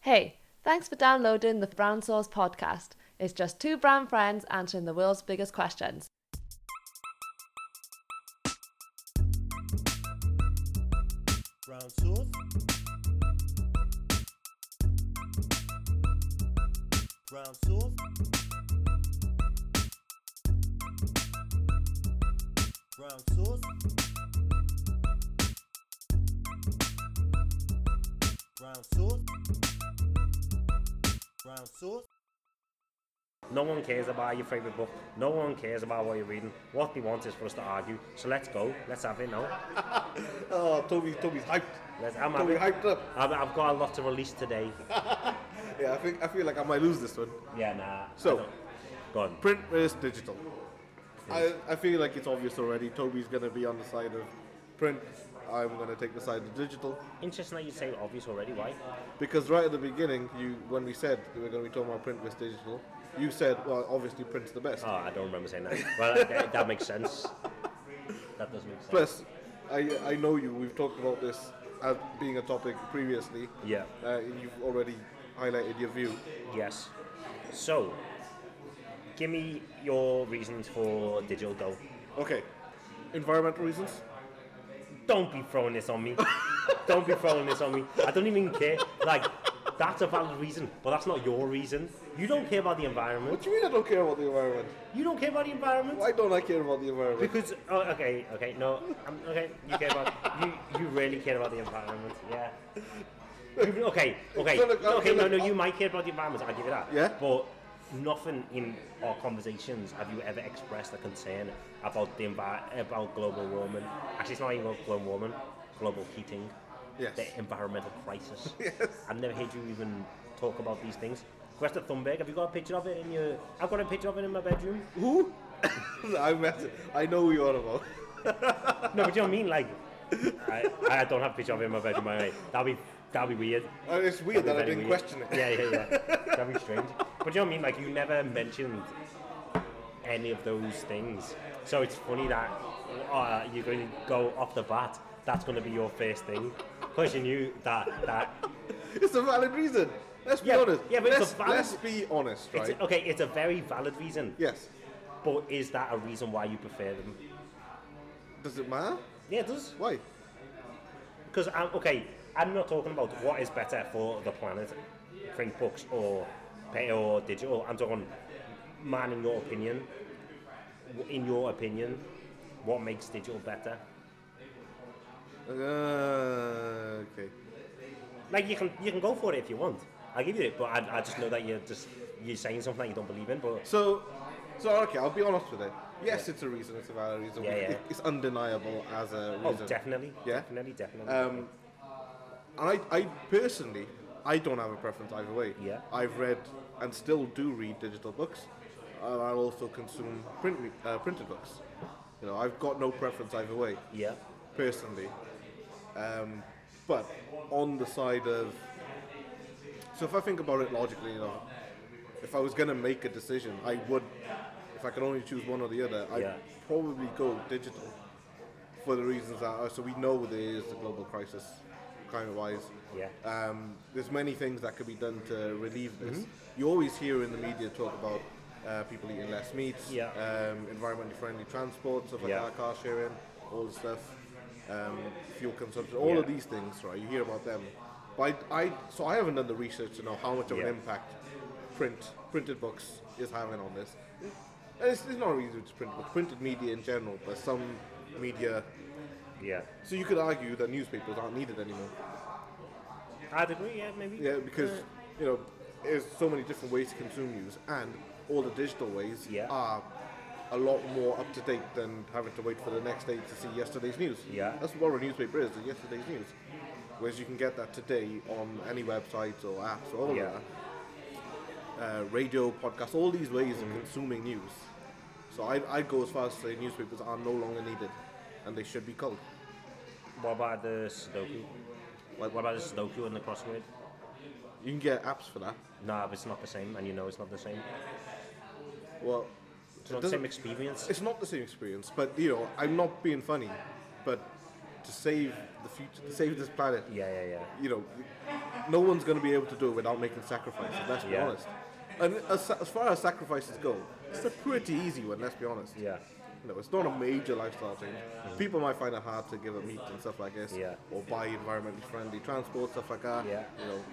Hey, thanks for downloading the Brown Sauce podcast. It's just two brown friends answering the world's biggest questions. Brown sauce. Brown sauce. Brown sauce. Brown sauce. Brown sauce. No one cares about your favourite book. No one cares about what you're reading. What they want is for us to argue. So let's go. Let's have it now. Oh, Toby, Toby's hyped. Let's, I'm Toby having- hyped up. I've, I've got a lot to release today. Yeah, I think I feel like I might lose this one. Yeah, nah. I So- don't- go on. Print versus digital. I, I feel like it's obvious already. Toby's gonna be on the side of print. I'm gonna take the side of digital Interesting that you say obvious already. Why? because right at the beginning, you when we said we were gonna be talking about print versus digital, you said, well, obviously print's the best. Oh, I don't remember saying that. Well, that, that makes sense. That does make sense. Plus, I I know you. We've talked about this as being a topic previously. Yeah. Uh, you've already highlighted your view. Yes. So, give me your reasons for digital go. Okay. Environmental reasons. Don't be throwing this on me. don't be throwing this on me. I don't even care. Like, that's a valid reason, but that's not your reason. You don't care about the environment. What do you mean I don't care about the environment? You don't care about the environment. Why don't I care about the environment? Because oh, okay, okay, no, um, okay, you care about you, you really care about the environment, yeah. You- Okay, okay, Look, look, okay, okay, no, look, no, you might care about the environment. I give you that. Yeah? But nothing in our conversations have you ever expressed a concern about the envi- about global warming. Actually, it's not even about global warming, global heating, Yes. the environmental crisis. I've never heard you even talk about these things. Greta Thunberg, have you got a picture of it in your? I've got a picture of it in my bedroom. Who? I met. I know who you are about. No, but you know what I mean? Like, I, I don't have a picture of it in my bedroom, by the way. That'd be, that'd be weird. And it's weird that I That'd be very didn't weird. question it. Yeah, yeah, yeah. that'd be strange. But you know what I mean? Like, you never mentioned any of those things. So it's funny that uh, you're going to go off the bat. That's going to be your first thing. Because you knew that, that It's a valid reason. Let's be Yeah, honest. yeah, but it's a let's, valid- let's be honest, it's, right? okay, it's a very valid reason. Yes. But is that a reason why you prefer them? Does it matter? Yeah, it does. Why? Because I'm okay. I'm not talking about what is better for the planet, print books or pay or digital. I'm talking, man, in your opinion, w- in your opinion, what makes digital better? Uh, okay. Like you can you can go for it if you want. I give you it, but I, I just know that you're just you're saying something that you don't believe in. But So, so okay. I'll be honest with it. Yes, it's a reason. It's a valid reason. Yeah, yeah. It- It's undeniable as a oh, reason. definitely, Yeah. definitely, definitely. Um, and I, I personally, I don't have a preference either way. Yeah. I've read and still do read digital books, and I also consume print re- uh, printed books. You know, I've got no preference either way, yeah, personally. Um, but on the side of, so if I think about it logically, you know, if I was going to make a decision, I would, if I could only choose one or the other, I'd Yeah. probably go digital for the reasons that are, so we know there is a global crisis climate wise yeah, um, there's many things that could be done to relieve this Mm-hmm. you always hear in the media talk about uh, people eating less meats Yeah. um, environmentally friendly transport stuff like Yeah. that car sharing all the stuff um, fuel consumption all of Yeah. these things right you hear about them but I, I so I haven't done the research to know how much of Yeah. an impact print printed books is having on this And it's, it's not easy to print but printed media in general but some media yeah. so you could argue that newspapers aren't needed anymore. I'd agree. Yeah, maybe. Yeah, because Uh, you know, there's so many different ways to consume news, and all the digital ways Yeah. are a lot more up to date than having to wait for the next day to see yesterday's news. Yeah. that's what a newspaper is: is yesterday's news. Whereas you can get that today on any website or apps or all of Yeah. that. Uh, radio, podcasts, all these ways Mm-hmm. of consuming news. So I, I'd go as far as to say newspapers are no longer needed, and they should be culled. What about the Sudoku? What, what about the Sudoku and the crossword? You can get apps for that. No, it's not the same, and you know it's not the same. Well, It's not it the doesn't- same experience. it's not the same experience, but you know, I'm not being funny, but to save the future, to save this planet, Yeah, yeah, yeah. you know, no one's going to be able to do it without making sacrifices. Let's be Yeah. honest. And as, as far as sacrifices go, it's a pretty easy one. Let's be honest. Yeah. Mm-hmm. You know, it's not a major lifestyle change. People might find it hard to give up meat and stuff like this, Yeah. or buy environmentally friendly transport stuff like that. Yeah. You know,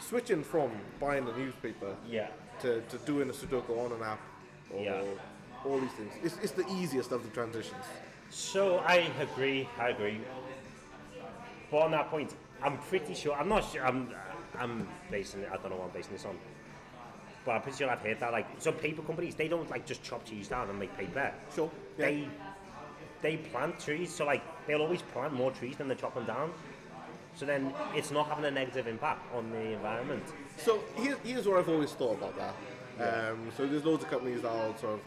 switching from buying a newspaper Yeah. to, to doing a Sudoku on an app, or Yeah. all these things. It's, it's the easiest of the transitions. So I agree. I agree. But on that point, I'm pretty sure. I'm not sure. I'm. I'm basing. it- I don't know what I'm basing this on. But I'm pretty sure I've heard that like some paper companies they don't like just chop trees down and make paper. Sure. Yeah. They they plant trees, so like they'll always plant more trees than they chop them down. So then it's not having a negative impact on the environment. So here's, here's what I've always thought about that. Um, so there's loads of companies that will sort of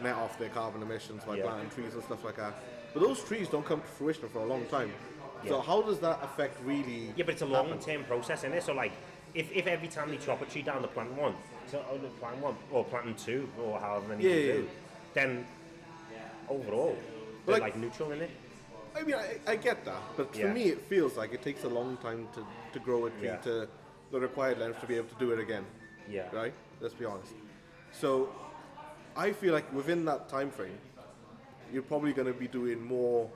net off their carbon emissions by Yeah. planting trees and stuff like that. But those trees don't come to fruition for a long time. So Yeah. how does that affect really? Yeah, but it's a long term process, isn't it? So like, if, if every time they chop a tree down, they plant one, so oh, they plant one or planting two or however many Yeah, you yeah, do, yeah. then overall, they're like- like, neutral in it. I mean, I, I get that, but for Yeah. me, it feels like it takes a long time to, to grow a tree Yeah. to the required length to be able to do it again. Yeah. Right. Let's be honest. So I feel like within that time frame, you're probably going to be doing more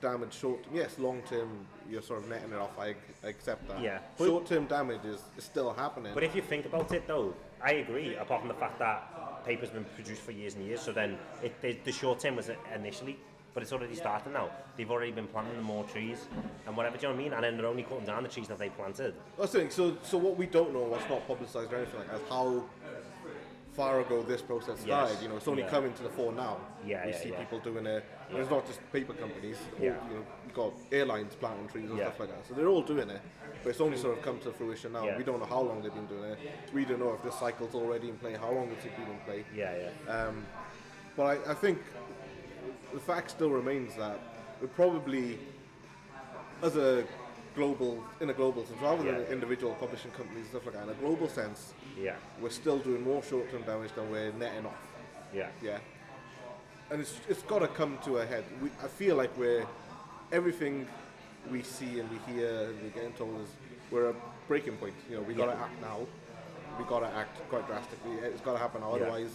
damage short. Yes, long term, you're sort of netting it off. I, I accept that. Yeah. But- Short term damage is, is still happening. But if you think about it though, I agree. Apart from the fact that paper's been produced for years and years, so then it, the, the short term was initially, but it's already starting now. They've already been planting more trees and whatever. Do you know what I mean? And then they're only cutting down the trees that they planted. That's the thing. So, so what we don't know, what's not publicised or anything like that, is how far ago this process started. You know, it's only Yeah. coming to the fore now. Yeah, we yeah, see yeah. people doing it. And it's not just paper companies. All, Yeah. you know, you've got airlines planting trees and Yeah. stuff like that. So they're all doing it, but it's only sort of come to fruition now. Yeah. We don't know how long they've been doing it. We don't know if this cycle's already in play. How long has it been in play? Yeah, yeah. Uh. But I, I think the fact still remains that we're probably, as a global, in a global sense, rather than Yeah. individual publishing companies and stuff like that, in a global sense, yeah, we're still doing more short-term damage than we're netting off. yeah, Yeah. And it's, it's got to come to a head. We, I feel like we're, everything we see and we hear and we're getting told is we're at a breaking point. You know, we got to Yeah. act now. We got to act quite drastically. It's got to happen now, Yeah. otherwise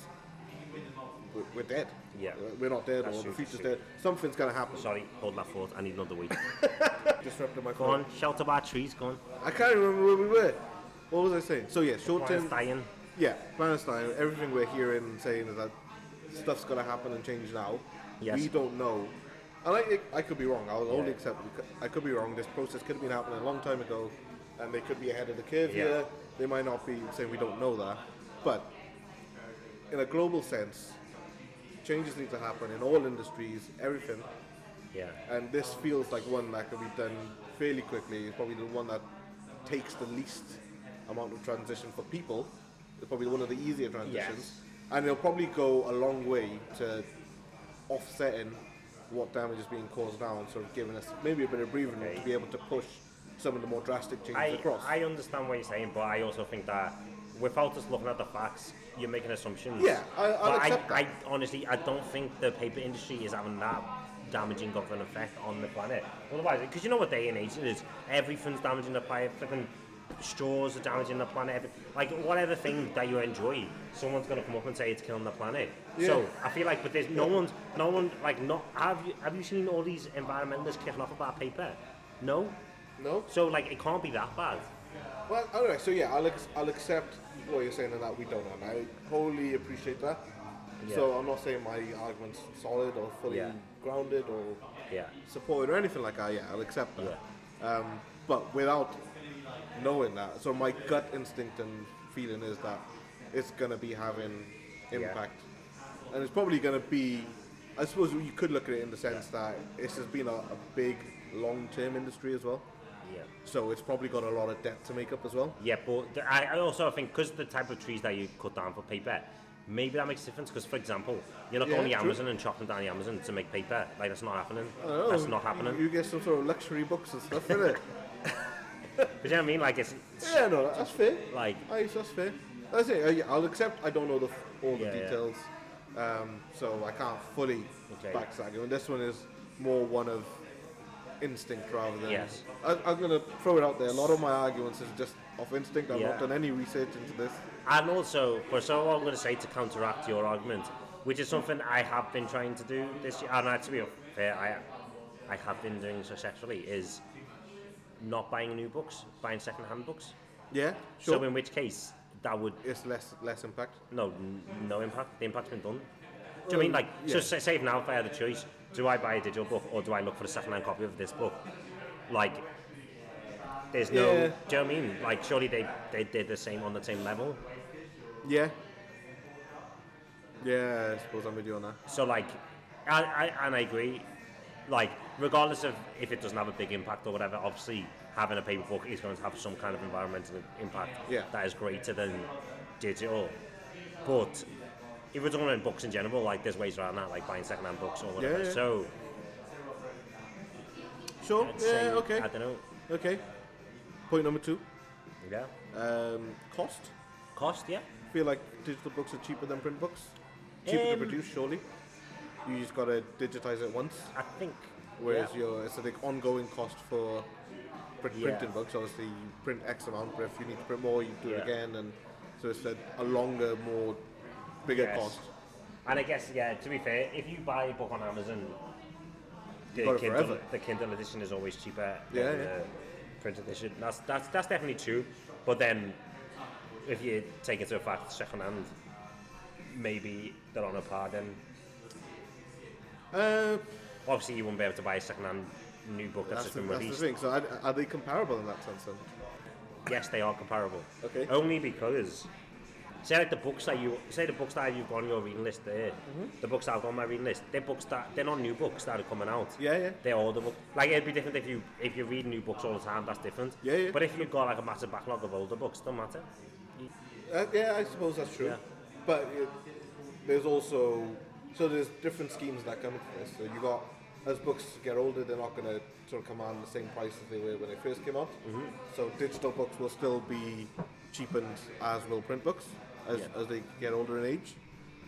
we're, we're dead. Uh, Yeah. We're not dead That's or the true, future's true. dead. Something's going to happen. Sorry, hold that thought. I need another week. Disrupted my Go phone. on, shout about trees, go on. I can't remember where we were. What was I saying? So yeah, Planet's short-term dying. Yeah, Palestine. Everything we're hearing and saying is that stuff's gonna happen and change now. Yes. We don't know, and I, I could be wrong. I'll only Yeah. accept we could- I could be wrong. This process could have been happening a long time ago, and they could be ahead of the curve Yeah. here. They might not be saying we don't know that, but in a global sense, changes need to happen in all industries, everything. Yeah, And this feels like one that could be done fairly quickly. It's probably the one that takes the least amount of transition for people. It's probably one of the easier transitions. Yes. And it'll probably go a long way to offsetting what damage is being caused now and sort of giving us maybe a bit of breathing room to Okay. be able to push some of the more drastic changes I, across. I understand what you're saying, but I also think that without us looking at the facts, you're making assumptions. Yeah, I- I'll but accept I, that. I honestly, I don't think the paper industry is having that damaging of an effect on the planet. Otherwise, because you know what day and age it is, everything's damaging the planet. Flipping straws are damaging the planet. Every, like whatever thing that you enjoy, someone's gonna come up and say it's killing the planet. So Yeah. I feel like, but there's no one's, no one like not. Have you have you seen all these environmentalists kicking off about paper? No. no? So like it can't be that bad. Well, all right. So yeah, I'll, ex- I'll accept what you're saying and that we don't know. and I wholly appreciate that. So Yeah. I'm not saying my argument's solid or fully Yeah. grounded or Yeah. supported or anything like that. Yeah, I'll accept that. Um, but without knowing that, so my gut instinct and feeling is that it's gonna be having impact, and it's probably gonna be. I suppose you could look at it in the sense that this has been a, a big, long-term industry as well. Yeah. So it's probably got a lot of debt to make up as well. Yeah, but th- I, I also think because the type of trees that you cut down for paper, maybe that makes a difference. Because for example, you're not Yeah, going to true. Amazon and chopping down the Amazon to make paper. Like that's not happening. Oh, That's not happening. You, you get some sort of luxury books and stuff, innit? But you know what I mean? Like it's it's yeah, no, that's fair. like I, Oh, that's fair. That's it. I, yeah, I'll accept. I don't know the, f- all the Yeah, yeah. details, Um, so I can't fully Okay. back that. And this one is more one of instinct rather than. Yes. I, I'm going to throw it out there. A lot of my arguments is just off instinct. I've Yeah. not done any research into this. And also, for so what I'm going to say to counteract your argument, which is something I have been trying to do this year, and I- to be fair, I, I have been doing successfully, is not buying new books, buying second-hand books. Yeah, sure. So in which case, that would it's less less impact. no n- no impact. The impact's been done. Do you mean like so? yeah. Say, say if now if I had a choice, do I buy a digital book or do I look for a second-hand copy of this book? Like, there's no. Yeah. Do you know what I mean? Like, surely they they did the same on the same level. Yeah. Yeah, I suppose I'm with you on that. So like, I, I and I agree. Like, regardless of if it doesn't have a big impact or whatever, obviously having a paper book is going to have some kind of environmental impact Yeah. that is greater than digital. But if we're talking about books in general, like there's ways around that, like buying secondhand books or whatever. Yeah, yeah. So Sure. I'd yeah. say, okay. I don't know. Okay. Point number two. Yeah, Um, cost. cost. Yeah, feel like digital books are cheaper than print books. Cheaper to Um, produce, surely. You just gotta digitize it once. I think. Whereas yeah. your it's a big ongoing cost for print, Yeah. printing books. Obviously, you print X amount, but if you need to print more, you do it Yeah. again, and so it's a, a longer, more bigger Yes. cost. And I guess yeah. To be fair, if you buy a book on Amazon, the got it Kindle, forever. the Kindle edition is always cheaper Yeah, than yeah. the print edition. That's that's that's definitely true. But then, if you take into fact second hand, maybe they're on a par. Then Uh, obviously you won't be able to buy a second hand new book that's, that's, just the, been that's the released. thing. So are, are they comparable in that sense? Then? yes, they are comparable. Okay. Only because. Say like the books that you say the books that you've got on your reading list there, Mm-hmm. the books that I've got on my reading list, they're books that they're not new books that are coming out. Yeah, yeah. They're older books. Like it'd be different if you if you read new books all the time. That's different. Yeah, yeah. But if you've got like a massive backlog of older books, don't matter. Uh, yeah, I suppose that's true. Yeah. But it, there's also so there's different schemes that come into this. So you got as books get older, they're not going to sort of command the same price as they were when they first came out. Mm-hmm. So digital books will still be cheapened as will print books as, Yeah. as they get older in age.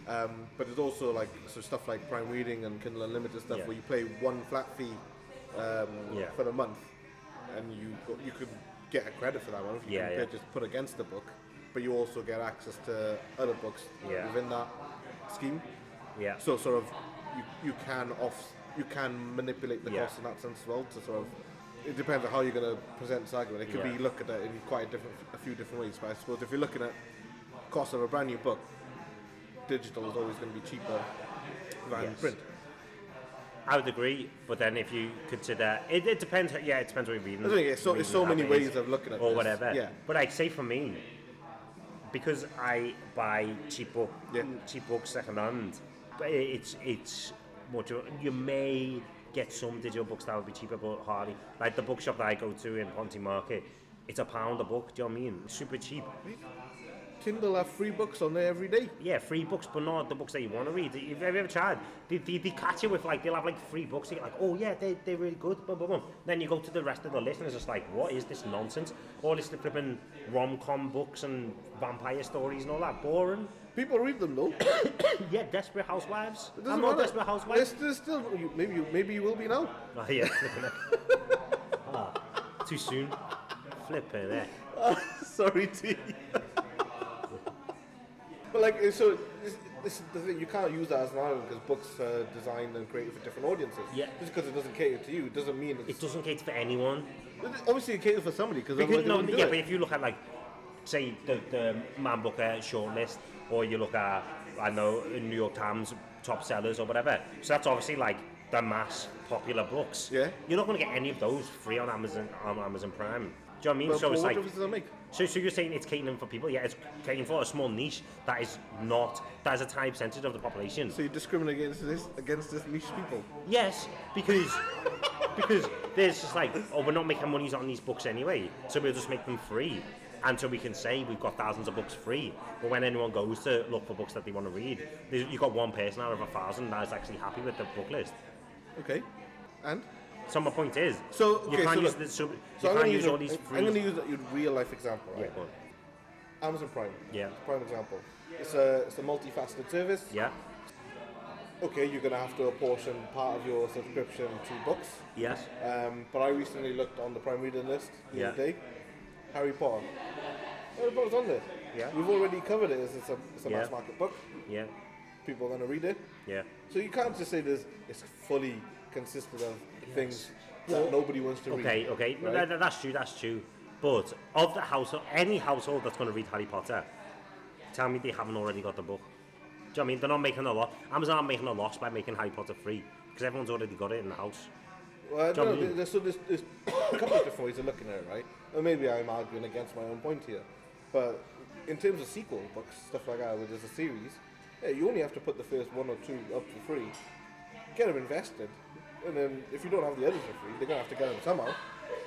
Um, but it's also like so stuff like Prime Reading and Kindle Unlimited stuff Yeah. where you pay one flat fee um, Yeah. for a month, and you you could get a credit for that one if you Yeah, compare yeah. just put against the book, but you also get access to other books Yeah. within that scheme. Yeah. So sort of you, you can off you can manipulate the Yeah. cost in that sense as well to sort of it depends on how you're going to present this argument. It could Yeah. be look at it in quite a different a few different ways. But I suppose if you're looking at cost of a brand new book, digital is always going to be cheaper than Yes. print. I would agree. But then if you consider it, it depends. Yeah, it depends what you're reading. I think it's so, there's reading so many habit is. ways of looking at or this. whatever. Yeah. But like say for me, because I buy cheap book, Yeah. cheap books second hand, but i- it's it's much. You may get some digital books that would be cheaper, but hardly. Like the bookshop that I go to in Ponty Market, it's a pound a book. Do you know what I mean? Super cheap. Kindle have free books on there every day. Yeah, free books, but not the books that you want to read. Have you ever tried? They, they, they catch you with like they'll have like free books. You're like, oh yeah, they they're really good. Boom, boom, boom. Then you go to the rest of the list and it's just like, what is this nonsense? All this flipping rom com books and vampire stories and all that boring. People read them though. Yeah, desperate housewives. It I'm doesn't not matter. desperate There's, housewives. there's still you, maybe you, maybe you will be now. Oh, yeah. Ah, too soon. Flipping it. Sorry, T. but like it's so, this, this is the thing. You can't use that as an argument because books are designed and created for different audiences. Yeah. Just because it doesn't cater to you doesn't mean it's, It doesn't cater for anyone. it- obviously it caters for somebody because Because otherwise they no, wouldn't do yeah, but it. if you look at like, say the the Man Booker shortlist, or you look at I know in New York Times top sellers or whatever. So that's obviously like the mass popular books. Yeah. You're not going to get any of those free on Amazon on Amazon Prime. Do you know what I mean? But- so but it's what like. difference does that make? So, so you're saying it's catering for people? Yeah, it's catering for a small niche that is not that is a tiny percentage of the population. So you discriminate against this against this niche people. Yes, because because there's just like, oh, we're not making monies on these books anyway, so we'll just make them free, and so we can say we've got thousands of books free. But when anyone goes to look for books that they want to read, there's- you've got one person out of a thousand that is actually happy with the book list. Okay. And So my point is, So, you okay, can't so use look, this, so, you so I'm can't gonna use a- all these free. I'm going to use a real life example. yeah, Right? go on. Amazon Prime. Yeah. Prime example. It's a it's a multifaceted service. yeah, okay, you're going to have to apportion part of your subscription to books. Yes. Um, but I recently looked on the prime reading list the other Yeah. day. Harry Potter. Harry Potter's on there. Yeah. We've already covered it. as It's a, it's a mass Yeah. market book. Yeah. People are going to read it. Yeah. So you can't just say this. It's fully consisted of things that nobody wants to read. Okay, okay. No, Right. that- that's true, that's true. But of the household, any household that's going to read Harry Potter, tell me they haven't already got the book. Do you know what I mean? They're not making a loss. Amazon aren't making a loss by making Harry Potter free because everyone's already got it in the house. Well, John no, Lee. there- there's, so there's, there's a couple of different ways of looking at it, right? Or maybe I'm arguing against my own point here. But in terms of sequel books, stuff like that, where there's a series, yeah, you only have to put the first one or two up for free, get them invested, and then if you don't have the others for free, they're going to have to get them somehow.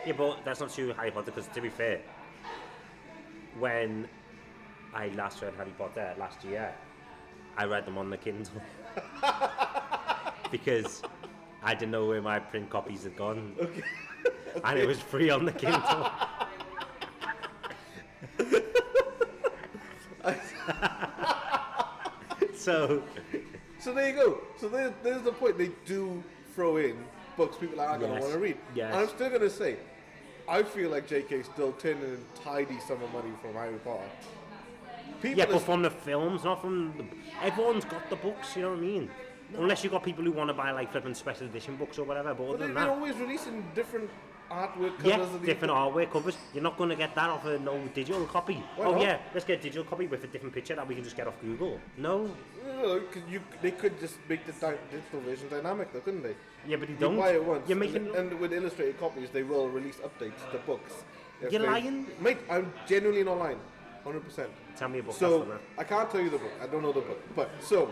Yeah, but that's not true with Harry Potter because, to be fair, when I last read Harry Potter last year, I read them on the Kindle because I didn't know where my print copies had gone, and it was free on the Kindle. so So there you go. So there, there's the point. They do throw in books people are going to Yes. want to read. Yes. And I'm still going to say, I feel like JK still turning in tidy sum of money from Harry Potter. People yeah, are but from the films, not from the, everyone's got the books. You know what I mean? Unless you have got people who want to buy like flipping special edition books or whatever. But other But they, than they're that, always releasing different artwork covers Yeah, of these different books. artwork covers. You're not going to get that off a no digital copy. Why oh not? yeah, let's get a digital copy with a different picture that we can just get off Google. No. No, no, no, 'cause you, they could just make the di- digital version dynamic, though, couldn't they? Yeah, but you You don't. buy it once, You're and, making. and with illustrated copies, they will release updates to books. if You're they- lying. mate. I'm genuinely not lying, hundred percent. Tell me a book that's So done I can't tell you the book. I don't know the book, but so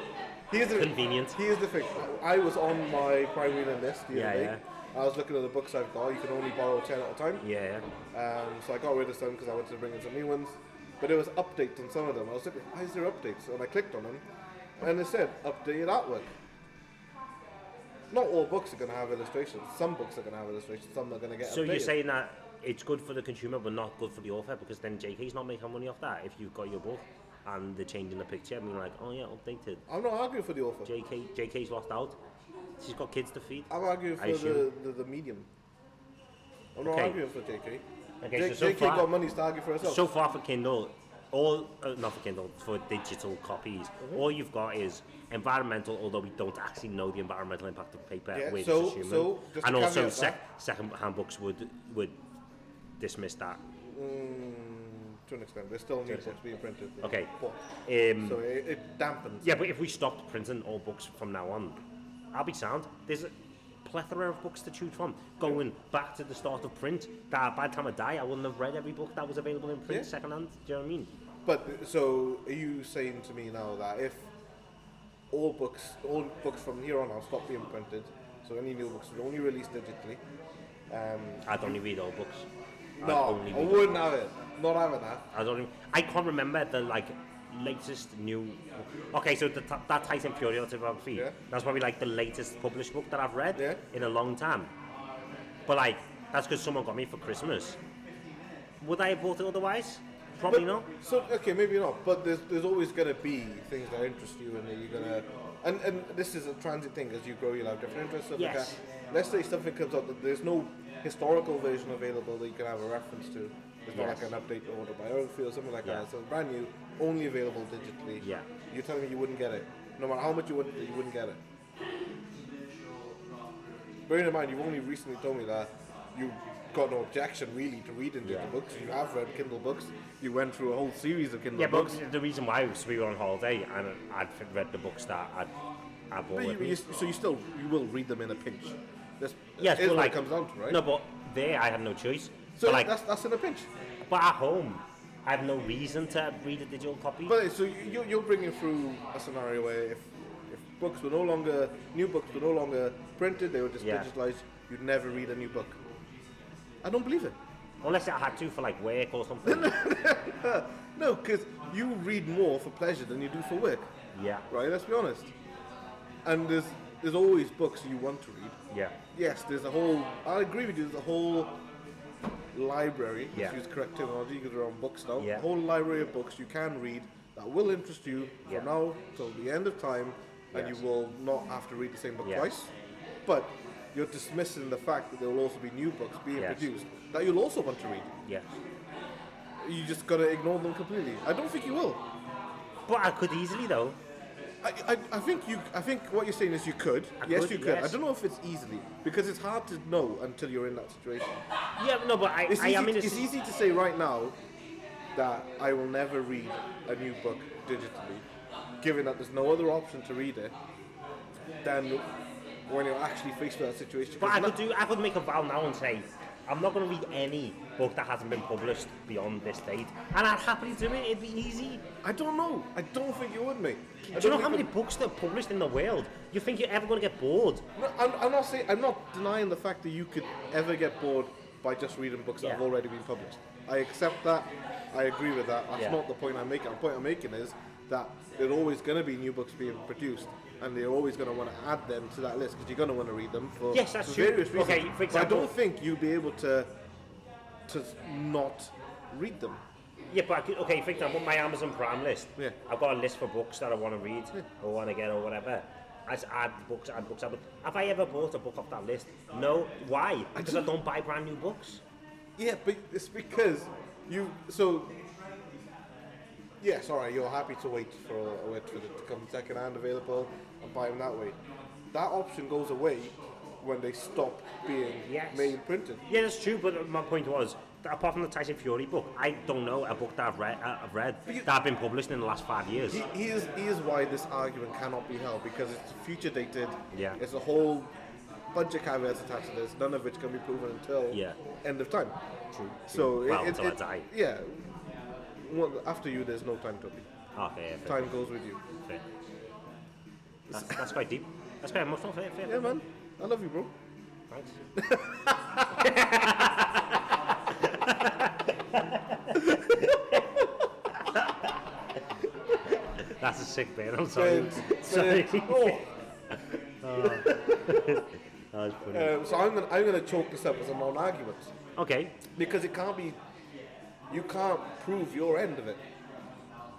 here's the Convenient. Here's the thing. I was on my prime reading list the other Yeah, day. yeah. I was looking at the books I've got. You can only borrow ten at a time. that. yeah. Um, so I got rid of some because I wanted to bring in some new ones. But there was updates on some of them. I was like, why is there updates? And I clicked on them, and it said updated artwork. Not all books are going to have illustrations. Some books are going to have illustrations. Some are going to get. So updated. you're saying that it's good for the consumer but not good for the author because then JK's not making money off that if you've got your book and they're changing the picture. I mean, like, oh yeah, updated. I'm not arguing for the author. JK, JK's lost out. She's got kids to feed. I'm arguing I for the, assume. the, the medium. I'm not Okay. arguing for JK. Okay, J- so so JK far- got money to argue for herself. So far for Kindle, all uh, not for Kindle for digital copies, Mm-hmm. all you've got is environmental. Although we don't actually know the environmental impact of paper, Yeah, we're so- just assuming. so just and to also, caveat sec- second-hand books would would dismiss that. Mm, to an extent, there's still new books being printed. yeah. Okay. But- Um, so it, it dampens. yeah, but if we stopped printing all books from now on, I'll be sound. There's a plethora of books to choose from. Going back to the start of print, that by the time I die, I wouldn't have read every book that was available in print Yeah. secondhand. Do you know what I mean? But so are you saying to me now that if all books, all books from here on out stop being printed, so any new books are only released digitally? Um, I'd only read all books. I'd no, only I read wouldn't have it. Not having that. I don't. Even, I can't remember the like latest new. Okay, so the, Ta- that Titan Fury autobiography. Yeah. That's probably like the latest published book that I've read Yeah. in a long time. But like, that's because someone got me for Christmas. Would I have bought it otherwise? Probably But- not. So okay, maybe not. But there's there's always gonna be things that interest you, and that you're gonna. And, and this is a transit thing. As you grow, you'll have different interests. stuff like Yes. that. Let's say something comes up that there's no historical version available that you can have a reference to. It's not Yes. like an update or autobiography or something like Yeah. that. So it's brand new, only available digitally. Yeah. You're telling me you wouldn't get it, no matter how much you wanted, it, you wouldn't get it. Bearing in mind, you've only recently told me that you got no objection really to reading digital Yeah. books. You have read Kindle books. You went through a whole series of Kindle Yeah, books. but the reason why was we were on holiday and I'd f- read the books that I'd, I bought But with you, me. you, so you still you will read them in a pinch. That's yes, is but what like it comes down to, right? No, but there I had no choice. so but like, that's that's in a pinch. but at home, I have no reason to read a digital copy. But so you, you're bringing through a scenario where if if books were no longer new books were no longer printed, they were just Yeah. digitalized. You'd never read a new book. I don't believe it. Unless I had to for like work or something. No, because you read more for pleasure than you do for work. yeah. right? Let's be honest. And there's there's always books you want to read. Yeah. Yes, there's a whole. I agree with you. There's a whole library. Yeah. Let's use correct terminology because we're on books now. Yeah. A whole library of books you can read that will interest you Yeah. from now till the end of time. and Yes. you will not have to read the same book Yes. twice. But you're dismissing the fact that there will also be new books being Yes. produced that you'll also want to read. Yes. You just gotta ignore them completely. I don't think you will. But I could easily though. I, I, I think you I think what you're saying is you could. I yes, could, you could. I yes. don't know if it's easily because it's hard to know until you're in that situation. Yeah, no, but I, It's, I easy, am in a it's s- easy to say right now that I will never read a new book digitally, given that there's no other option to read it than when you're actually faced with that situation. But I 'Cause could do. I could make a vow now and say, I'm not going to read any book that hasn't been published beyond this date, and I'd happily do it. It'd be easy. na- I don't know. I don't think you would, mate. Do I you don't know think how many you- books that are published in the world? You think you're ever going to get bored? No, I'm, I'm not saying. I'm not denying the fact that you could ever get bored by just reading books that have Yeah. already been published. I accept that. I agree with that. That's Yeah. not the point I'm making. The point I'm making is that there's always going to be new books being produced, and they're always going to want to add them to that list because you're going to want to read them for Yes, that's for true. various reasons. Okay, for But I example- don't think you'd be able to to not read them. Yeah, but I could, okay, for example, my Amazon Prime list. Yeah. I've got a list for books that I want to read or want to get or whatever. I just add books, add books, add books. Have I ever bought a book off that list? No. Why? Because I don't buy brand new books. Yeah, but it's because you so. Yes, all right. You're happy to wait for wait for it to come second hand available and buy them that way. That option goes away when they stop being Yes. made printed. Yeah, that's true. But my point was, that apart from the Tyson Fury book, I don't know a book that I've read, uh, I've read But you- that I've been published in the last five years. He- Here's here's why this argument cannot be held because it's future dated. Yeah. It's a whole bunch of caveats attached to this, none of which can be proven until Yeah. end of time. True. So Well, it, it, until I it- die. Yeah. Well, after you, there's no time, Toby. Okay, yeah, Ah, fair, Time goes with you. fair. That's, that's quite deep. That's quite emotional. Fair, fair. Yeah, man. I love you, bro. Thanks. That's a sick band. I'm sorry. Friends, sorry. friends. Um, Oh, That was funny. um, so I'm gonna I'm gonna chalk this up as a non-argument okay, because it can't be. You can't prove your end of it.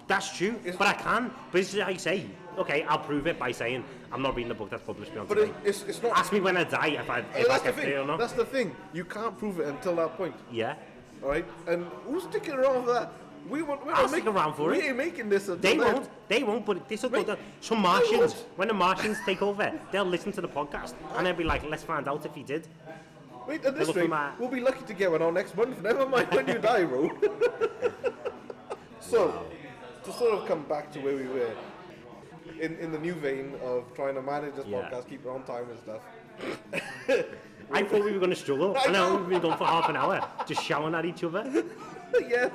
that's true, It's- but I can. But it's like I say, okay, I'll prove it by saying I'm not reading the book that's published beyond But today. it, it's it's not. Ask me when I die if I Well, if I that's the get free or thing. not. That's the thing. You can't prove it until that point, Yeah, all right? And who's sticking around for that? We won't. We're I'll not stick making- around for we it. ain't making this. Until they then. won't. They won't. But this will go Wait, down. Some they Martians, won't. when the Martians take over, they'll listen to the podcast and they'll be like, "Let's find out if he did." Wait, at this look for rate, my- we'll be lucky to get one on next month. Never mind when you die, bro. so, to sort of come back to where we were, in, in the new vein of trying to manage this Yeah. podcast, keep it on time and stuff. I thought we were going to struggle. I I know know. we've been going for half an hour, just shouting at each other. yes.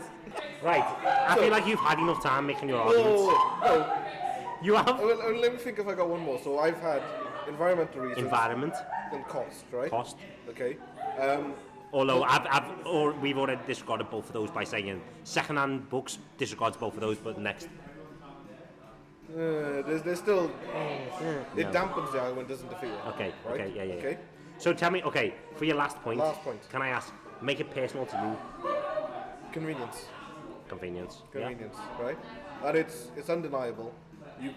Right. I feel like you've had enough time making your Oh, arguments. no. Oh, You have Well, well, let me think if I got one more. So I've had environmental reasons environment, and cost, right? cost. Okay. Um, Although I've, I've or we've already discarded both of those by saying second-hand books disregards both of those, but next. uh, there's, there's still it Mm, No. dampens the argument, doesn't defeat it. Okay. Right? Okay. Yeah. Yeah. yeah. Okay. So tell me. Okay. For your last point. Last point. Can I ask? Make it personal to you. Convenience. Convenience. yeah? convenience, right? And it's it's undeniable. You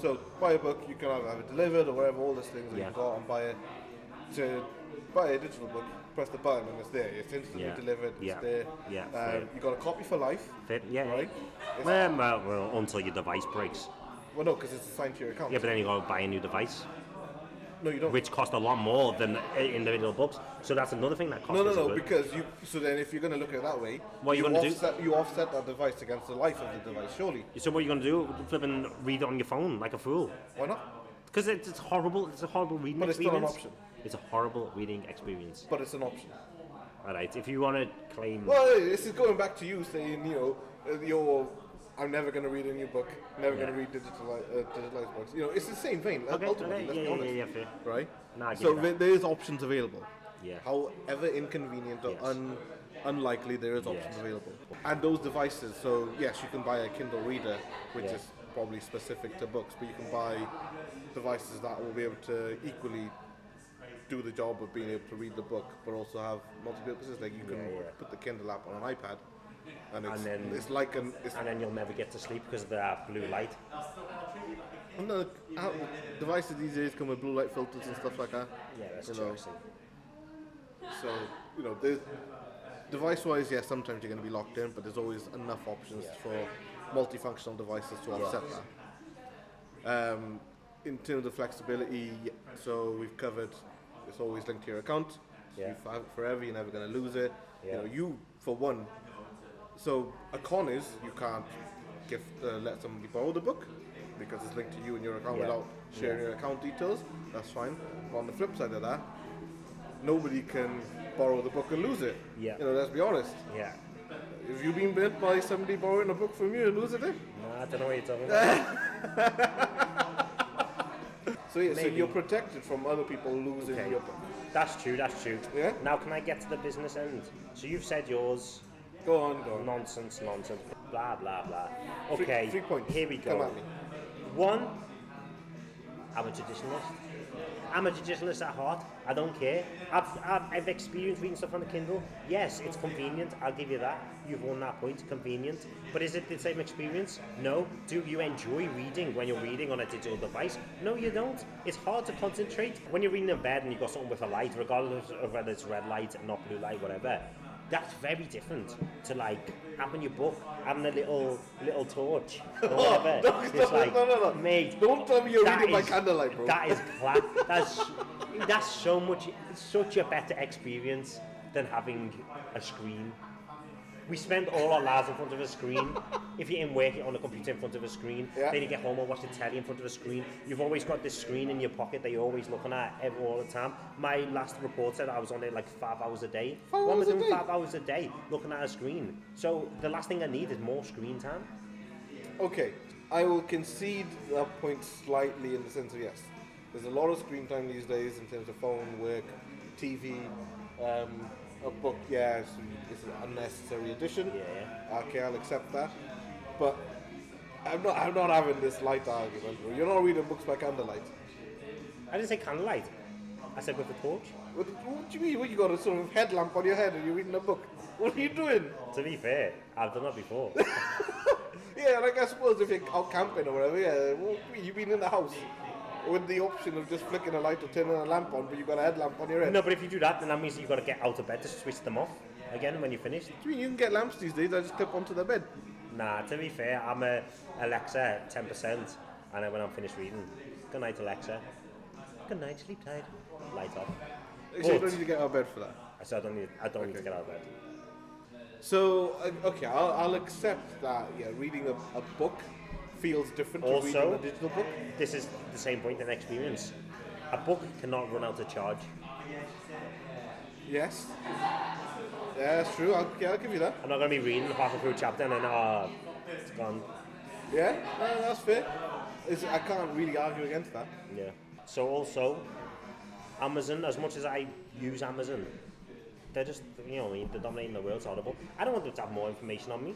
so buy a book, you can either have it delivered or whatever. All those things, and Yeah. you go out and buy it. To buy a digital book, press the button and it's there. It's instantly Yeah. delivered. It's Yeah. there. Yeah, Um, fair. you got a copy for life. Fit. Yeah. Right. Well, well, well, until your device breaks. Well, no, because it's assigned to your account. Yeah, but then you got to buy a new device. no, you don't. which cost a lot more than the individual books. So that's another thing that costs. no, no, us a no. bit. Because you. So then, if you're going to look at it that way, What are you you gonna do? offset, You offset that device against the life of the device. Surely, So what are you gonna do? Flipping read it on your phone like a fool? why not? Because it's, it's horrible. It's a horrible reading But it's still an experience. option. It's a horrible reading experience. But it's an option. All right. If you want to claim, Well, hey, this is going back to you saying, you know, uh, you're, I'm never going to read a new book, never going to Yeah. read digital, uh, digitalized books. You know, it's the same vein, uh, okay, ultimately, okay, yeah, let's be yeah, honest. yeah, yeah, fair. Right? Nah, I get so that. there- there is options available. Yeah. However inconvenient or Yes. un, unlikely, there is options Yes. available. And those devices, so yes, you can buy a Kindle reader, which Yeah. is probably specific to books, but you can buy devices that will be able to equally do the job of being able to read the book, but also have multiple purposes. Like you can Yeah, yeah. put the Kindle app on an iPad, and it's, And then- it's like an it's, And then you'll never get to sleep because of that blue light. And the how, devices these days come with blue light filters and stuff like that. Yeah, that's you true. know. actually. So you know, there's device-wise, yeah, sometimes you're going to be locked in, but there's always enough options for multifunctional devices to offset that. Um, in terms of flexibility, yeah, so we've covered it's always linked to your account. So Yeah. You have it forever. You're never going to lose it. Yeah. You know, you for one. So a con is you can't give uh, let somebody borrow the book because it's linked to you and your account Yeah. without sharing your account details. That's fine. But on the flip side of that, nobody can borrow the book and lose it. Yeah. You know, let's be honest. Yeah. Have you been bit by somebody borrowing a book from you and losing it? eh? No, I don't know what you're talking about. So yeah, so Maybe. you're protected from other people losing Okay. your book. That's true, that's true. Yeah. Now, can I get to the business end? So you've said yours. Go on, go on. Nonsense, nonsense. Blah, blah, blah. Three- Okay, Three, points. here we go. Come at me. One, I'm a traditionalist. I'm a traditionalist at heart. I don't care. I've, I've, I've experienced reading stuff on the Kindle. Yes, it's convenient. I'll give you that. You've won that point. Convenient. But is it the same experience? No. Do you enjoy reading when you're reading on a digital device? No, you don't. It's hard to concentrate. When you're reading in bed and you've got something with a light, regardless of whether it's red light, not blue light, whatever, that's very different to like having your book, having a little little torch or whatever. Oh, no, It's no, like, no, no, no. mate, Don't tell me you're that reading by is- candlelight, bro. That is class. That's that's so much, such a better experience than having a screen. We spend all our lives in front of a screen. If you're in work, you're on a computer in front of a screen. Yeah. Then you get home and watch the telly in front of a screen. You've always got this screen in your pocket that you're always looking at every, all the time. My last report said I was on it like five hours a day. Five What am I hours a doing day? five hours a day looking at a screen? So the last thing I need is more screen time. Okay, I will concede that point slightly in the sense of yes. There's a lot of screen time these days in terms of phone, work, TV, um, a book. Yeah, it's, it's an unnecessary addition. Yeah. Okay, I'll accept that. But I'm not. I'm not having this light argument. bro. You're not reading books by candlelight. I didn't say candlelight. I said with a torch. What, what do you mean? What you got a sort of headlamp on your head and you're reading a book? What are you doing? To be fair, I've done that before. Yeah, like I suppose if you're out camping or whatever, yeah, well, you've been in the house with the option of just flicking a light or turning a lamp on, but you've got a headlamp on your head. no, but if you do that, then that means you've got to get out of bed to switch them off again when you're finished. You mean you can get lamps these days? I just clip onto the bed. Nah, to be fair, I'm a Alexa 10%, and then when I'm finished reading, good night, Alexa. Good night, sleep tight. Light off. Actually, you But- don't need to get out of bed for that. I said I don't need, I don't need to Okay. get out of bed. So, uh, okay, I'll, I'll accept that. Yeah, reading a, a book feels different Also- to reading a digital book. This is the same point in experience. A book cannot run out of charge. Yes. Yeah, that's true. I'll, yeah, I'll give you that. I'm not going to be reading halfway through a chapter and then, ah, it's gone. Yeah, no, that's fair. It's, I can't really argue against that. Yeah. So also, Amazon. As much as I use Amazon, they're just you know what I mean, they're dominating the world. It's horrible. I don't want them to have more information on me.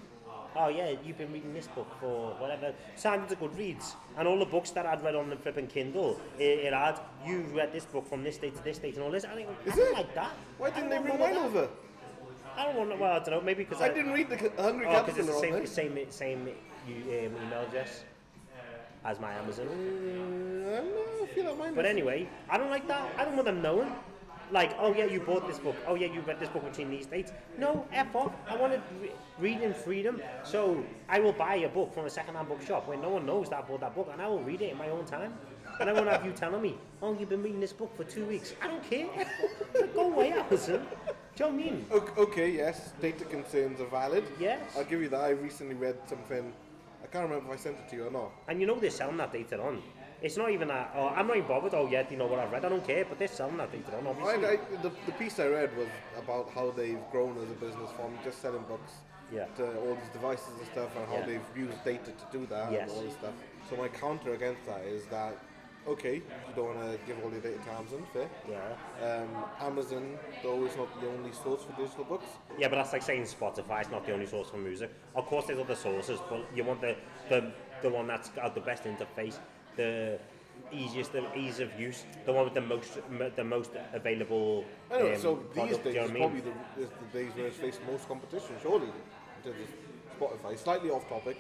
Oh yeah, you've been reading this book for whatever. Signed into Goodreads, and all the books that I'd read on the flipping Kindle, it, it had you read this book from this date to this date and all this. I think I Is don't it? like that. Why I didn't they don't bring want mine that. over? I don't want. Well, I don't know. Maybe because I didn't read the c- Hungry Oh, because it's Caterpillar the on same there. same same you, um, email address as my Amazon. Uh, I don't know, I feel like mine But is- anyway, I don't like that. I don't want them knowing. Like, oh yeah, you bought this book. Oh yeah, you read this book between these dates. No, F off. I wanted re- reading freedom. So I will buy a book from a second-hand bookshop where no one knows that I bought that book, and I will read it in my own time. And I won't have you telling me, oh, you've been reading this book for two weeks. I don't care. Go away, Alison. Do you know what I mean? O- Okay, yes, data concerns are valid. Yes. I'll give you that. I recently read something. I can't remember if I sent it to you or not. And you know they're selling that data on. It's not even that. Oh, I'm not even bothered. Oh yeah, do you know what I've read? I don't care. But they're selling that data on. I, Obviously. I, the, the piece I read was about how they've grown as a business from just selling books Yeah. to all these devices and stuff, and how Yeah. they've used data to do that Yes. and all this stuff. So my counter against that is that, okay, you don't want to give all your data to Amazon, fair. Yeah. Um, Amazon, though, is not the only source for digital books. Yeah, but that's like saying Spotify is not the only source for music. Of course, there's other sources, but you want the the, the one that's got the best interface, the easiest, the ease of use, the one with the most m- the most available. Anyway, um, so these product, do days you know what is I mean? probably the, is the days where it's faced most competition, surely, in terms of Spotify. Slightly off topic,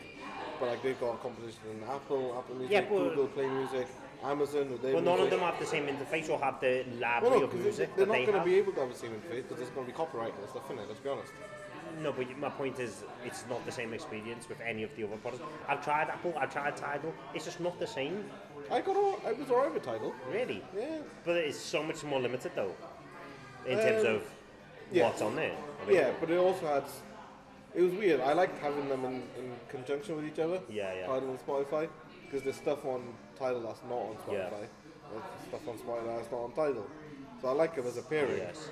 but like they've got competition in Apple, Apple Music, Yeah, but- Google Play Music, Amazon with their Well, none of music. them have the same interface or have the Well, library no, of 'cause music they're that not they going to have. be able to have the same interface because there's going to be copyright and stuff in it. Let's be honest. No, but my point is, it's not the same experience with any of the other products. I've tried Apple, I've tried Tidal. It's just not the same, I got, all, I was alright with title. really. Yeah. But it's so much more limited, though, in terms Um, of yeah. what's on there. I mean, Yeah, but it also had. It was weird. I liked having them in, in conjunction with each other. Yeah, yeah. Tidal and Spotify, because there's stuff on Tidal that's not on Spotify. Yeah. There's stuff on Spotify that's not on Tidal. So I like them as a pairing. Yes.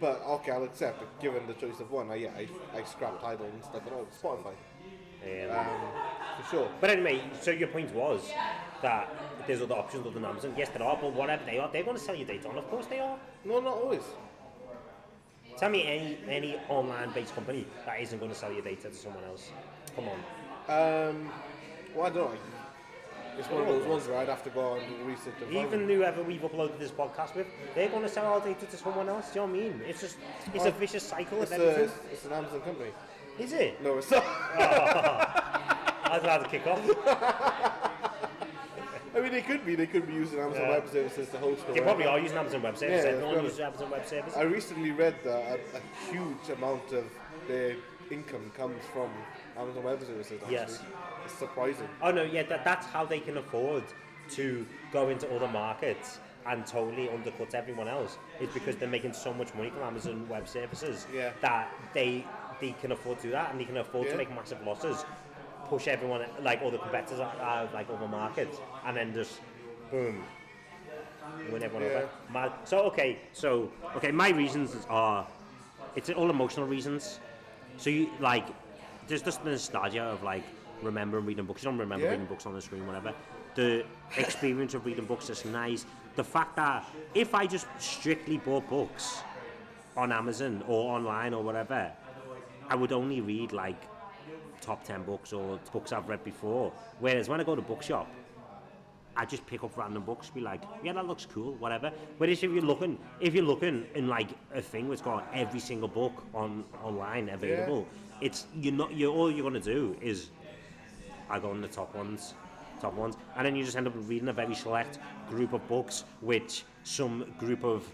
But okay, I'll accept it. Given the choice of one, I, yeah, I, I scrapped Tidal and stuck it on Spotify Um, for sure. But anyway, so your point was that there's other options other than Amazon. Yes, there are, but whatever they are, they're going to sell you data on. Of course they are. No, not always. Tell me any any online-based company that isn't going to sell your data to someone else. Come on. Um, well, I don't. know. It's one of those ones where I'd have to go out and do the research. and find Even them. whoever we've uploaded this podcast with, they're going to sell our data to someone else. Do you know what I mean? It's just it's a Oh, vicious cycle it's, of a, everything. it's, it's an Amazon company. Is it? No, it's not. I'd rather kick off. I mean, they could be. They could be using Amazon Yeah. Web Services to host. or They probably whatever. are using Amazon Web Services. Yeah, Everyone probably. uses Amazon Web Services. I recently read that a, a huge amount of their income comes from Amazon Web Services. Actually. Yes. it's surprising. Oh no, yeah, that, that's how they can afford to go into other markets and totally undercut everyone else. It's because they're making so much money from Amazon Web Services Yeah. that they they can afford to do that and they can afford Yeah. to make massive losses, push everyone like all the competitors out, out of like other markets, and then just boom. Win everyone Yeah. over. Mad. So okay, so okay, my reasons are it's all emotional reasons. So you like there's just the nostalgia of like remembering reading books. You don't remember Yeah. reading books on the screen, whatever. The experience of reading books is nice. The fact that if I just strictly bought books on Amazon or online or whatever, I would only read like top ten books or books I've read before. Whereas when I go to bookshop, I just pick up random books, be like, yeah, that looks cool, whatever. Whereas if you're looking, if you're looking in like a thing that's got every single book on online available, it's you're not. You're all you're gonna do is, I go on the top ones, top ones, and then you just end up reading a very select group of books, which some group of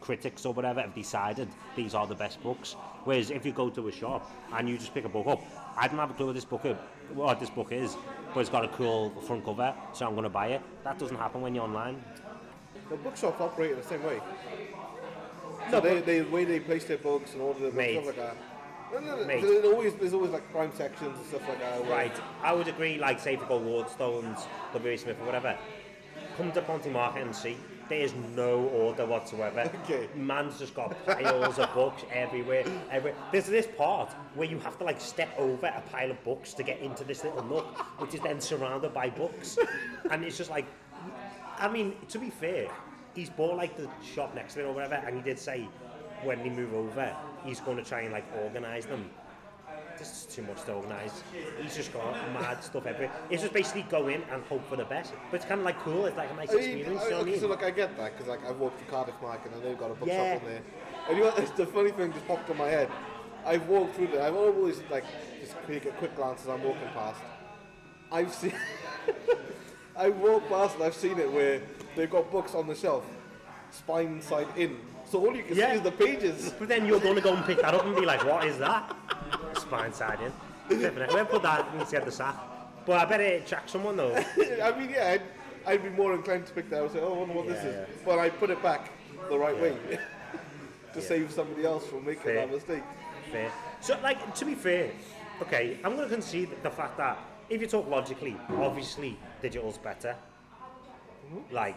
critics or whatever have decided these are the best books. Whereas if you go to a shop and you just pick a book up, I don't have a clue what this book is, what this book is, but it's got a cool front cover, so I'm going to buy it. That doesn't happen when you're online. The bookshops operate in the same way. So they, they, the way they place their books and order them and Mate. stuff like that. No, no, no. Mate. There's always there's always like crime sections and stuff like that. where- Right, I would agree. Like say if you go Wardstones, W. Smith or whatever, come to Ponty Market and see. There's no order whatsoever. Okay. Man's just got piles of books everywhere. Everywhere. There's this part where you have to like step over a pile of books to get into this little nook, which is then surrounded by books, and it's just like, I mean, to be fair, he's bought like the shop next to him or whatever, and he did say when they move over, he's going to try and like organise them. This is too much to organise. He's just got mad stuff everywhere. It's just basically go in and hope for the best. But it's kind of like cool. It's like a nice I mean, experience. I- you know what I okay, mean? so like I get that because like I've walked through Cardiff Market and they've got a bookshop Yeah. in there. And you know, it's the funny thing just popped in my head. I've walked through there. I've always like just take a quick glance as I'm walking past. I've seen. I walked past and I've seen it where they've got books on the shelf, spine side in. So all you can Yeah. see is the pages. But then you're going to go and pick that up and be like, what is that? Spine side in. Flipping it. Whoever put that needs to get the sack. But I bet it attracts someone though. I mean, yeah, I'd, I'd be more inclined to pick that. I would say, oh, I wonder what this Yeah, is. But I put it back the right way to save somebody else from making Fair. that mistake. fair. So, like, to be fair, okay, I'm going to concede the fact that if you talk logically, obviously digital's better. Like,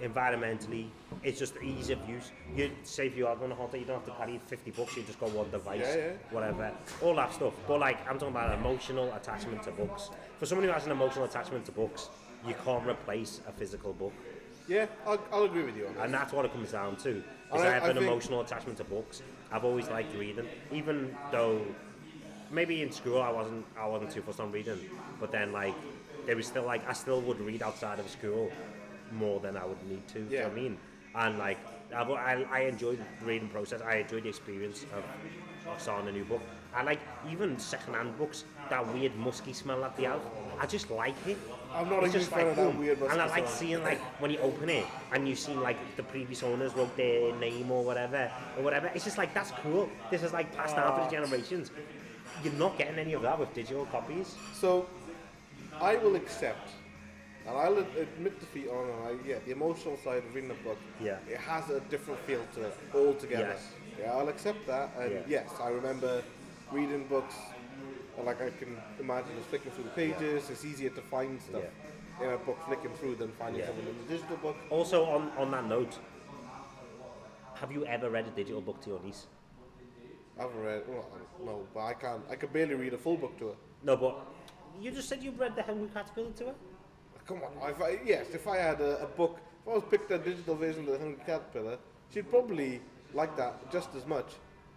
environmentally, it's just ease of use. You say if you are going on holiday, you don't have to carry 50 books. You just got one device, Yeah, yeah. whatever, all that stuff. But like, I'm talking about emotional attachment to books. For someone who has an emotional attachment to books, you can't replace a physical book. Yeah, I'll, I'll agree with you on that. And that's what it comes down to. Is I, And I- have I an think- emotional attachment to books. I've always liked reading, even though maybe in school I wasn't I wasn't too fussed on reading, but then like there was still like I still would read outside of school more than I would need to. do you know what I Yeah. mean? And like I've, I I enjoyed the reading process. I enjoyed the experience of, of starting a new book. I like even secondhand books, that weird musky smell that they have. I just like it. I'm not a It's huge just fan of that boom. weird musky And I like smell. seeing like when you open it and you see like the previous owners wrote their name or whatever or whatever. It's just like that's cool. This is like passed down for the generations. You're not getting any of that with digital copies. So, I will accept, and I'll ad- admit defeat on, and I, yeah, the emotional side of reading a book, Yeah. it has a different feel to it altogether. Yes. Yeah, I'll accept that, and Yeah. yes, I remember reading books, and like I can imagine just flicking through the pages, it's easier to find stuff in a book flicking through than finding Yeah. something in a digital book. Also on, on that note, have you ever read a digital book to your niece? I haven't read, well, I- no, but I can't, I could barely read a full book to it. No, but you just said you've read the Henry Caterpillar to her. Come on, if I, yes, if I had a, a book, if I was picked a digital version of the Hungry Caterpillar, she'd probably like that just as much.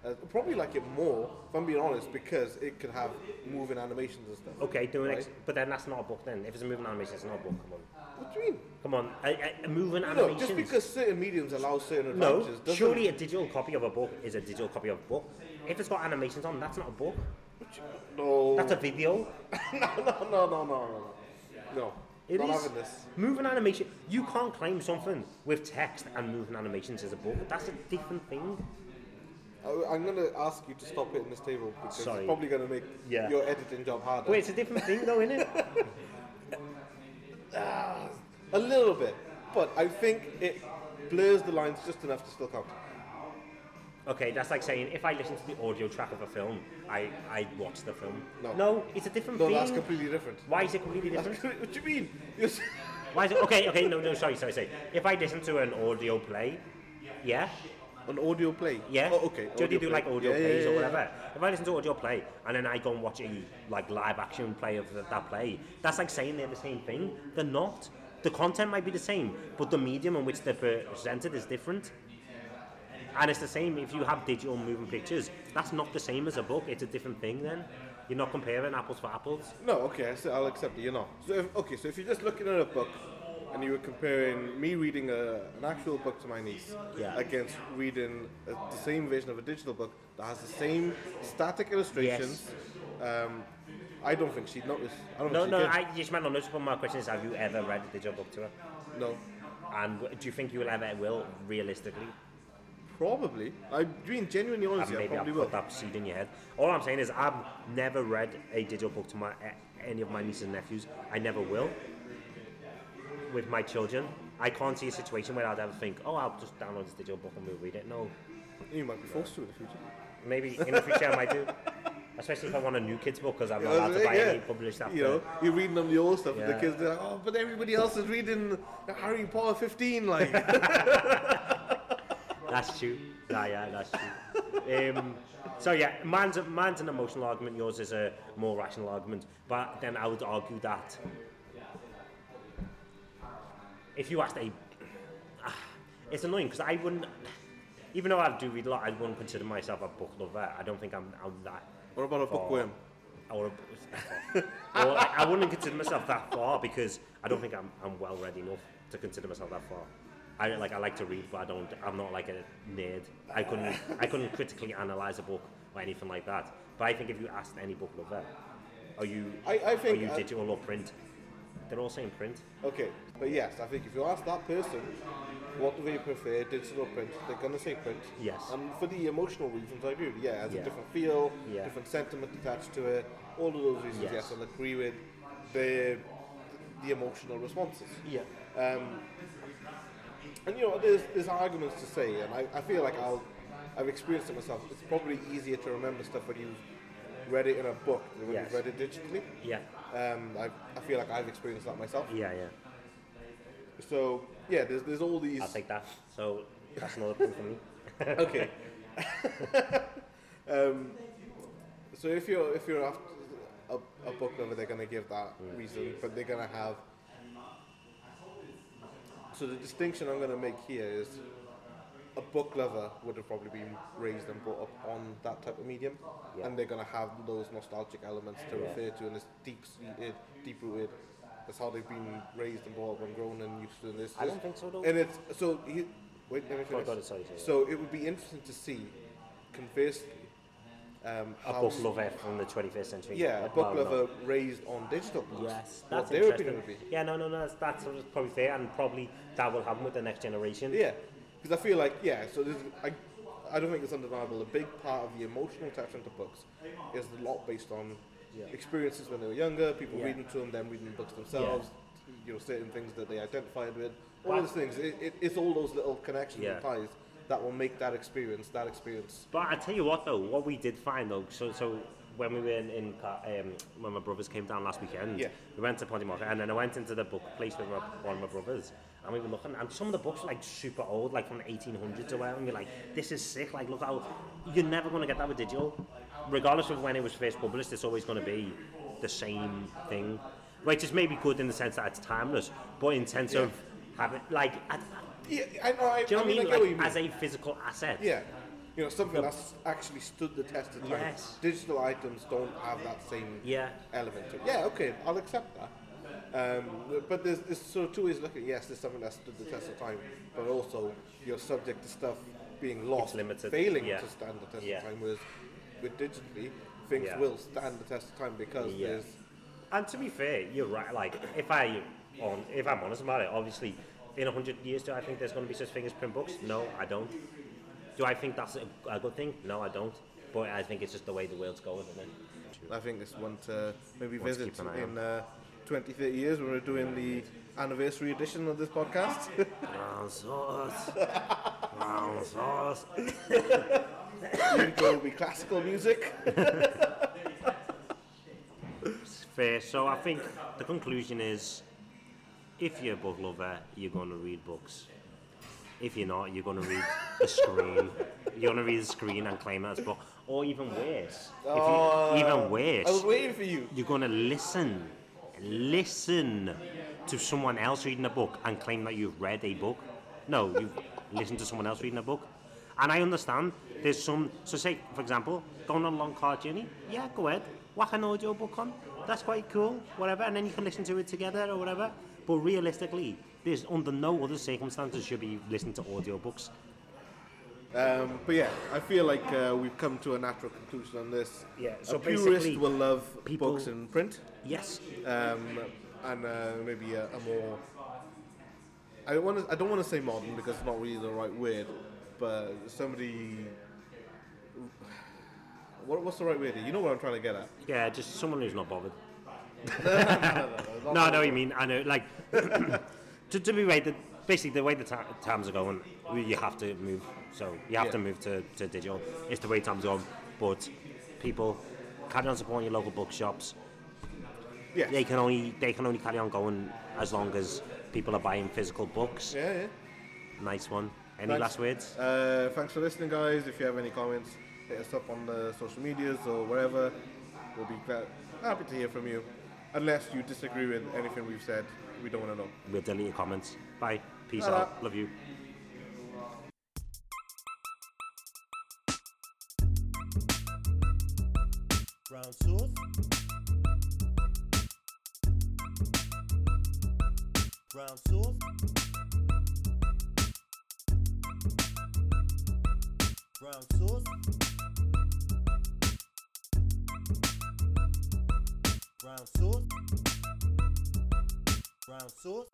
Uh, probably like it more, if I'm being honest, because it could have moving animations and stuff. Okay, do an ex- Right. but then that's not a book. Then if it's a moving animation, it's not a book. Come on, What do you mean? come on. A, a, a moving No, animation. just because certain mediums allow certain No, advantages doesn't. surely a digital copy of a book is a digital copy of a book. If it's got animations on, that's not a book. no. That's a video. no, no, no, no, no, no. No. It not is- having this. Moving animation. You can't claim something with text and moving animations as a book. That's a different thing. I, I'm going to ask you to stop hitting this table because Sorry. it's probably going to make Yeah. your editing job harder. Wait, it's a different thing though, isn't it? A little bit, but I think it blurs the lines just enough to still count. Okay, that's like saying if I listen to the audio track of a film, I I watch the film. No. it's a different No, thing. that's completely different. Why is it completely different? what do you mean? You're s- Why is it okay? Okay, no, no, sorry, sorry, sorry. If I listen to an audio play, yeah, An audio play? yeah. Oh, okay. Do they do play. like audio Yeah, yeah, plays yeah, or yeah. whatever? If I listen to audio play and then I go and watch a like live action play of th- that play, that's like saying they're the same thing. They're not. The content might be the same, but the medium in which they're presented is different. And it's the same if you have digital moving pictures. That's not the same as a book. It's a different thing. Then you're not comparing apples for apples. No, okay, I will accept it, you know. So if, okay, so if you're just looking at a book and you were comparing me reading a, an actual book to my niece Yeah. against reading a, the same version of a digital book that has the same static illustrations, um, I don't think she'd notice. I don't No, think no, she'd care. I, you might not notice, but my question is: Have you ever read a digital book to her? No. And w- do you think you will ever will realistically? Probably. I'm being genuinely honest And here, I maybe I'll probably put will. that seed in your head. All I'm saying is I've never read a digital book to my a- any of my nieces and nephews. I never will. With my children, I can't see a situation where I'd ever think, "Oh, I'll just download this digital book and we'll read it." No, You might be forced to in the future. maybe in the future I might do. Especially if I want a new kids book because I'm not allowed to buy any published after. You know, you're reading them the old stuff, and Yeah. the kids they're like, "Oh, but everybody else is reading Harry Potter 15." Like, That's true. Nah, yeah, that's true. Um, so yeah, mine's, mine's an emotional argument. Yours is a more rational argument. But then I would argue that if you asked a, it's annoying because I wouldn't, even though I do read a lot, I wouldn't consider myself a book lover. I don't think I'm, I'm that. what about a Oh. bookworm? Or, a- or like, I wouldn't consider myself that far because I don't think I'm, I'm well read enough to consider myself that far. I like I like to read, but I don't. I'm not like a nerd. I couldn't I couldn't critically analyze a book or anything like that. But I think if you asked any book lover, are you I- I think are you I- digital or print? They're all saying print. Okay, but yes, I think if you ask that person what do they prefer, digital or print, they're gonna say print. Yes. And for the emotional reasons, I do. Yeah, it has Yeah. a different feel, Yeah. different sentiment attached to it. All of those reasons, Yes. yes, I'll agree with the the emotional responses. Yeah. Um, and you know, there's there's arguments to say, and I, I feel like I'll I've experienced it myself. It's probably easier to remember stuff when you've read it in a book than when Yes. you've read it digitally. Yeah. Um, I, I feel like I've experienced that myself. Yeah. Yeah. So yeah, there's there's all these. I'll take that. So that's another point for me. Okay. um, so if you're if you're after a, a book lover, they're gonna give that reason, but they're gonna have. So the distinction I'm gonna make here is, a book lover would have probably been raised and brought up on that type of medium, Yeah. and they're gonna have those nostalgic elements to Yeah. refer to, and it's deep seated, deep rooted. That's how they've been raised and brought up and grown and used to this. I don't think so, though. And it's so. He, wait, let me Oh, finish. got it, sorry, sorry. So it would be interesting to see, conversely, um, A book house- lover from the 21st century. Yeah, a Well, book no. lover raised on digital books. Yes, what that's their interesting. opinion would be. Yeah, no, no, no, that's, that's what it's probably fair, and probably that will happen with the next generation. Yeah, because I feel like yeah. So this, I, I don't think it's undeniable. A big part of the emotional attachment to books is a lot based on Yeah. experiences when they were younger, people Yeah. reading to them, them reading books themselves. You know, certain things that they identified with. All But- those things. It, it, it's all those little connections Yeah. and ties that will make that experience that experience. But I tell you what, though, what we did find though, so so when we were in, in Pa- um, when my brothers came down last weekend, Yeah. we went to Pontymarket, and then I went into the book place with my, one of my brothers, and we were looking, and some of the books were like super old, like from the 1800s or whatever, and you're like, this is sick. Like, look how you're never going to get that with digital, regardless of when it was first published. It's always going to be the same thing, which is maybe good in the sense that it's timeless, but in sense of having like, I, Yeah, I know. I, do you know what I I mean, I get mean? what Like, you mean. as a physical asset. Yeah. You know, something The- that's actually stood the test of time. Yes. Digital items don't have that same Yeah. element to it. Yeah, okay, I'll accept that. Um, but there's, there's sort of two ways of looking at it. Yes, there's something that stood the test of time, but also you're subject to stuff being lost, limited, failing yeah. to stand the test Yeah. of time, whereas with digitally, things Yeah. will stand the test of time because Yeah. there's... And to be fair, you're right. Like, if I, on, if I'm honest about it, obviously, in hundred years, do I think there's going to be such thing as print books? No, I don't. Do I think that's a, a good thing? No, I don't. But I think it's just the way the world's going, isn't it? I think it's one to maybe One to visit keep an eye in uh, 20, 30 years when we're doing the anniversary edition of this podcast. Brown sauce. Brown sauce. Intro will be classical music. It's fair. So I think the conclusion is, if you're a book lover, you're going to read books. If you're not, you're going to read the screen. You're going to read the screen and claim that as book. Or even worse, if you, even Uh, I was worse, waiting for you. you're going to listen, listen to someone else reading a book and claim that you've read a book. No, you've listened to someone else reading a book. And I understand there's some, so say, for example, going on a long car journey, yeah, go ahead, whack an audio book on, that's quite cool, whatever, and then you can listen to it together or whatever. But realistically, there's under no other circumstances should be listening to audiobooks. Um, but yeah, I feel like uh, we've come to a natural conclusion on this. Yeah, a so purist basically, will love people- books in print, Yes, um, and uh, maybe a, a more. I don't want to. I don't want to say modern because it's not really the right word, but somebody. What, what's the right word? here? You know what I'm trying to get at. yeah, just someone who's not bothered. No, I know what you mean. I know, like, to, to be right, the, basically the way the ti times are going, we- you have to move. So you have Yeah. to move to, to digital. It's the way times are going. But people carry on supporting your local bookshops. Yes. They can only they can only carry on going as long as people are buying physical books. Yeah. yeah. Nice one. Any Thanks. last words? Uh, thanks for listening, guys. If you have any comments, hit us up on the social medias or wherever. We'll be glad, happy to hear from you. Unless you disagree with anything we've said, we don't want to know. We'll delete your comments. Bye. Peace Ta-ra. out. Love you. brown sauce, brown sauce, brown sauce, brown sauce, brown sauce.